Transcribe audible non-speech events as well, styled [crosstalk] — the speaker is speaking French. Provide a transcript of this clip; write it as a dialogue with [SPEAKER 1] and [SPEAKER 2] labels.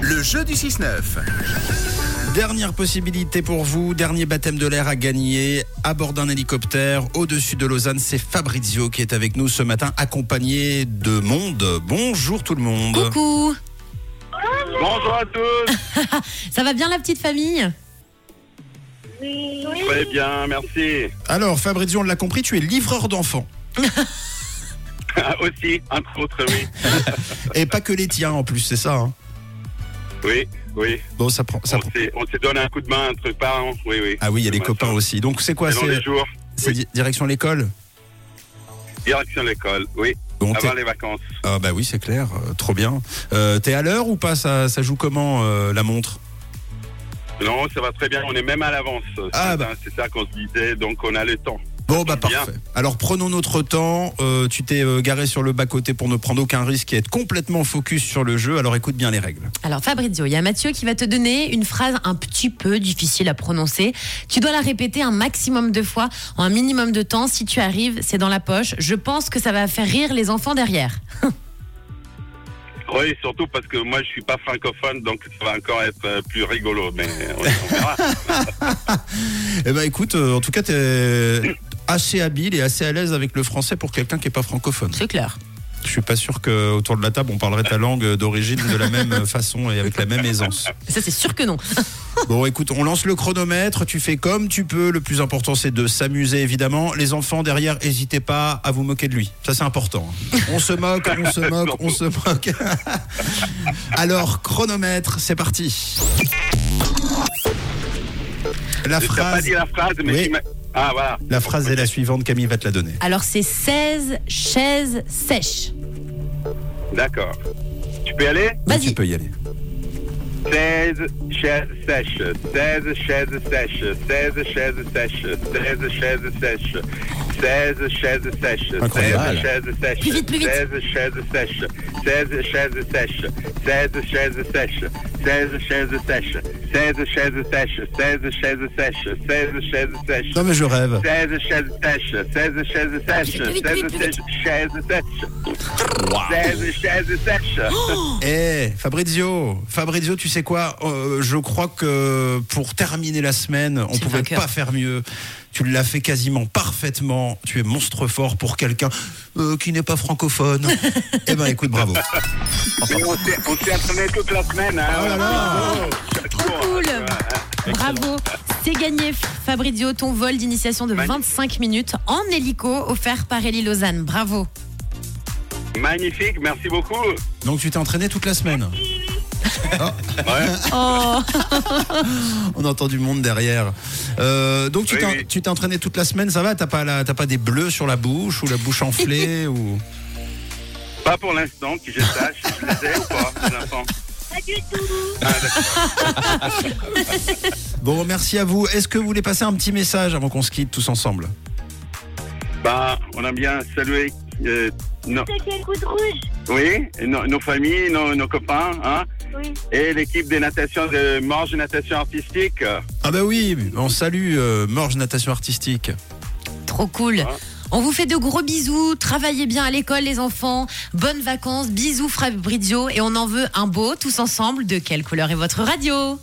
[SPEAKER 1] Le jeu du 6-9.
[SPEAKER 2] Dernière possibilité pour vous, dernier baptême de l'air à gagner à bord d'un hélicoptère au-dessus de Lausanne. C'est Fabrizio qui est avec nous ce matin, accompagné de Monde. Bonjour tout le monde.
[SPEAKER 3] Coucou
[SPEAKER 4] Bonjour à tous.
[SPEAKER 3] Ça va bien la petite famille
[SPEAKER 4] Très bien, merci. [laughs]
[SPEAKER 2] Alors Fabrizio, on l'a compris, tu es livreur d'enfants.
[SPEAKER 4] Aussi, entre autres, oui.
[SPEAKER 2] Et pas que les tiens en plus, c'est ça. hein.
[SPEAKER 4] Oui, oui.
[SPEAKER 2] Bon, ça prend. Ça
[SPEAKER 4] On
[SPEAKER 2] prend.
[SPEAKER 4] s'est- on s'est donné un coup de main entre parents. Oui, oui.
[SPEAKER 2] Ah oui, il y a
[SPEAKER 4] Le
[SPEAKER 2] les
[SPEAKER 4] matin,
[SPEAKER 2] copains aussi. Donc c'est quoi
[SPEAKER 4] Selon
[SPEAKER 2] C'est
[SPEAKER 4] les jours,
[SPEAKER 2] c'est di- direction l'école
[SPEAKER 4] direction l'école, oui.
[SPEAKER 2] Bon, t'es-
[SPEAKER 4] Avant les vacances.
[SPEAKER 2] Ah bah oui, c'est clair, euh, trop bien. Euh, T'es à l'heure ou pas ça, ça joue comment euh, la montre
[SPEAKER 4] Non, ça va très bien. On est même à l'avance. ce
[SPEAKER 2] Ah,
[SPEAKER 4] matin, C'est ça qu'on se disait, donc on a le temps.
[SPEAKER 2] Bon bah
[SPEAKER 4] Bien.
[SPEAKER 2] parfait. Alors prenons notre temps. Euh, tu t'es euh, garé sur le bas côté pour ne prendre aucun risque et être complètement focus sur le jeu. Alors écoute bien les règles.
[SPEAKER 3] Alors Fabrizio, il y a Mathieu qui va te donner une phrase un petit peu difficile à prononcer. Tu dois la répéter un maximum de fois, en un minimum de temps. Si tu arrives, c'est dans la poche. Je pense que ça va faire rire les enfants derrière.
[SPEAKER 4] Oui, surtout parce que moi, je suis pas francophone, donc ça va encore être euh, plus rigolo. Mais on, on
[SPEAKER 2] [laughs]
[SPEAKER 4] verra.
[SPEAKER 2] Eh ben écoute, euh, en tout cas t'es assez habile et assez à l'aise avec le français pour quelqu'un qui est pas francophone.
[SPEAKER 3] C'est clair.
[SPEAKER 2] Je suis pas sûr que autour de la table on parlerait ta langue d'origine de la même [laughs] façon et avec la même aisance.
[SPEAKER 3] Ça c'est sûr que non.
[SPEAKER 2] Bon, écoute, on lance le chronomètre, tu fais comme tu peux. Le plus important, c'est de s'amuser, évidemment. Les enfants, derrière, n'hésitez pas à vous moquer de lui. Ça, c'est important. hein. On se moque, on se moque, on se moque. [laughs] Alors, chronomètre, c'est parti. La
[SPEAKER 4] Je t'ai pas
[SPEAKER 2] phrase,
[SPEAKER 4] dit la phrase, mais
[SPEAKER 2] Oui.
[SPEAKER 4] tu m'as- Ah, voilà.
[SPEAKER 2] la phrase est la suivante, Camille va te la donner.
[SPEAKER 3] Alors c'est 16 chaises sèches.
[SPEAKER 4] D'accord. Tu peux y aller
[SPEAKER 2] Tu
[SPEAKER 3] Vas-y.
[SPEAKER 2] peux y aller.
[SPEAKER 4] 16 chaises sèches, 16 chaises sèches, 16 chaises sèches, 16 chaises sèches, 16 chaises sèches, 16
[SPEAKER 2] Incroyable.
[SPEAKER 4] chaises sèches,
[SPEAKER 3] Plus vite, plus vite.
[SPEAKER 4] 16 chaises sèches, 16 chaises sèches, 16 chaises sèches, 16 chaises sèches, 16 chaises sèches, 16 chaises sèches, 16 chaises sèches.
[SPEAKER 2] Non, mais je rêve.
[SPEAKER 4] 16 chaises sèches, 16 chaises sèches,
[SPEAKER 3] Plus vite, plus
[SPEAKER 4] 16
[SPEAKER 3] vite, plus vite.
[SPEAKER 4] chaises sèches, 16 chaises sèches.
[SPEAKER 2] Eh, Fabrizio, Fabrizio, tu sais quoi Euh, Je crois que pour terminer la semaine, on
[SPEAKER 3] C'est
[SPEAKER 2] pouvait
[SPEAKER 3] vainqueur.
[SPEAKER 2] pas faire mieux. Tu l'as fait quasiment parfaitement. Tu es monstre fort pour quelqu'un euh, qui n'est pas francophone. eh ben, écoute, bravo.
[SPEAKER 4] Mais on s'est- on s'est entraîné toute la semaine. Hein,
[SPEAKER 2] Oh là là.
[SPEAKER 3] Trop cool. Bravo. C'est gagné Fabrizio, ton vol d'initiation de
[SPEAKER 4] Magnifique.
[SPEAKER 3] 25 minutes en hélico offert par Elie Lausanne. Bravo.
[SPEAKER 4] Magnifique, merci beaucoup.
[SPEAKER 2] Donc, tu t'es entraîné toute la
[SPEAKER 4] [laughs]
[SPEAKER 2] semaine. Ah.
[SPEAKER 3] Oh.
[SPEAKER 2] [laughs] On entend du monde derrière. Euh, donc, tu
[SPEAKER 4] Oui,
[SPEAKER 2] t'es
[SPEAKER 4] oui.
[SPEAKER 2] tu t'es entraîné toute la semaine. Ça va T'as pas la- t'as pas des bleus sur la bouche ou la bouche
[SPEAKER 4] [laughs]
[SPEAKER 2] enflée ou
[SPEAKER 4] Pas pour l'instant, que je sache, je les ai ou pas, les enfants
[SPEAKER 5] Pas du tout.
[SPEAKER 2] Bon, merci à vous. Est-ce que vous voulez passer un petit message avant qu'on se quitte tous ensemble
[SPEAKER 4] Bah, on a bien salué euh, nos,
[SPEAKER 5] C'est quel coup de rouge
[SPEAKER 4] oui, nos, nos familles, nos, nos copains, hein,
[SPEAKER 5] Oui.
[SPEAKER 4] et l'équipe de natation de Morges Natation Artistique.
[SPEAKER 2] Ah bah oui, on salue euh, Morges Natation Artistique.
[SPEAKER 3] Trop cool.
[SPEAKER 4] Ouais.
[SPEAKER 3] On vous fait de gros bisous. Travaillez bien à l'école, les enfants. Bonnes vacances. Bisous, Fabrizio. Et on en veut un beau, tous ensemble. De quelle couleur est votre radio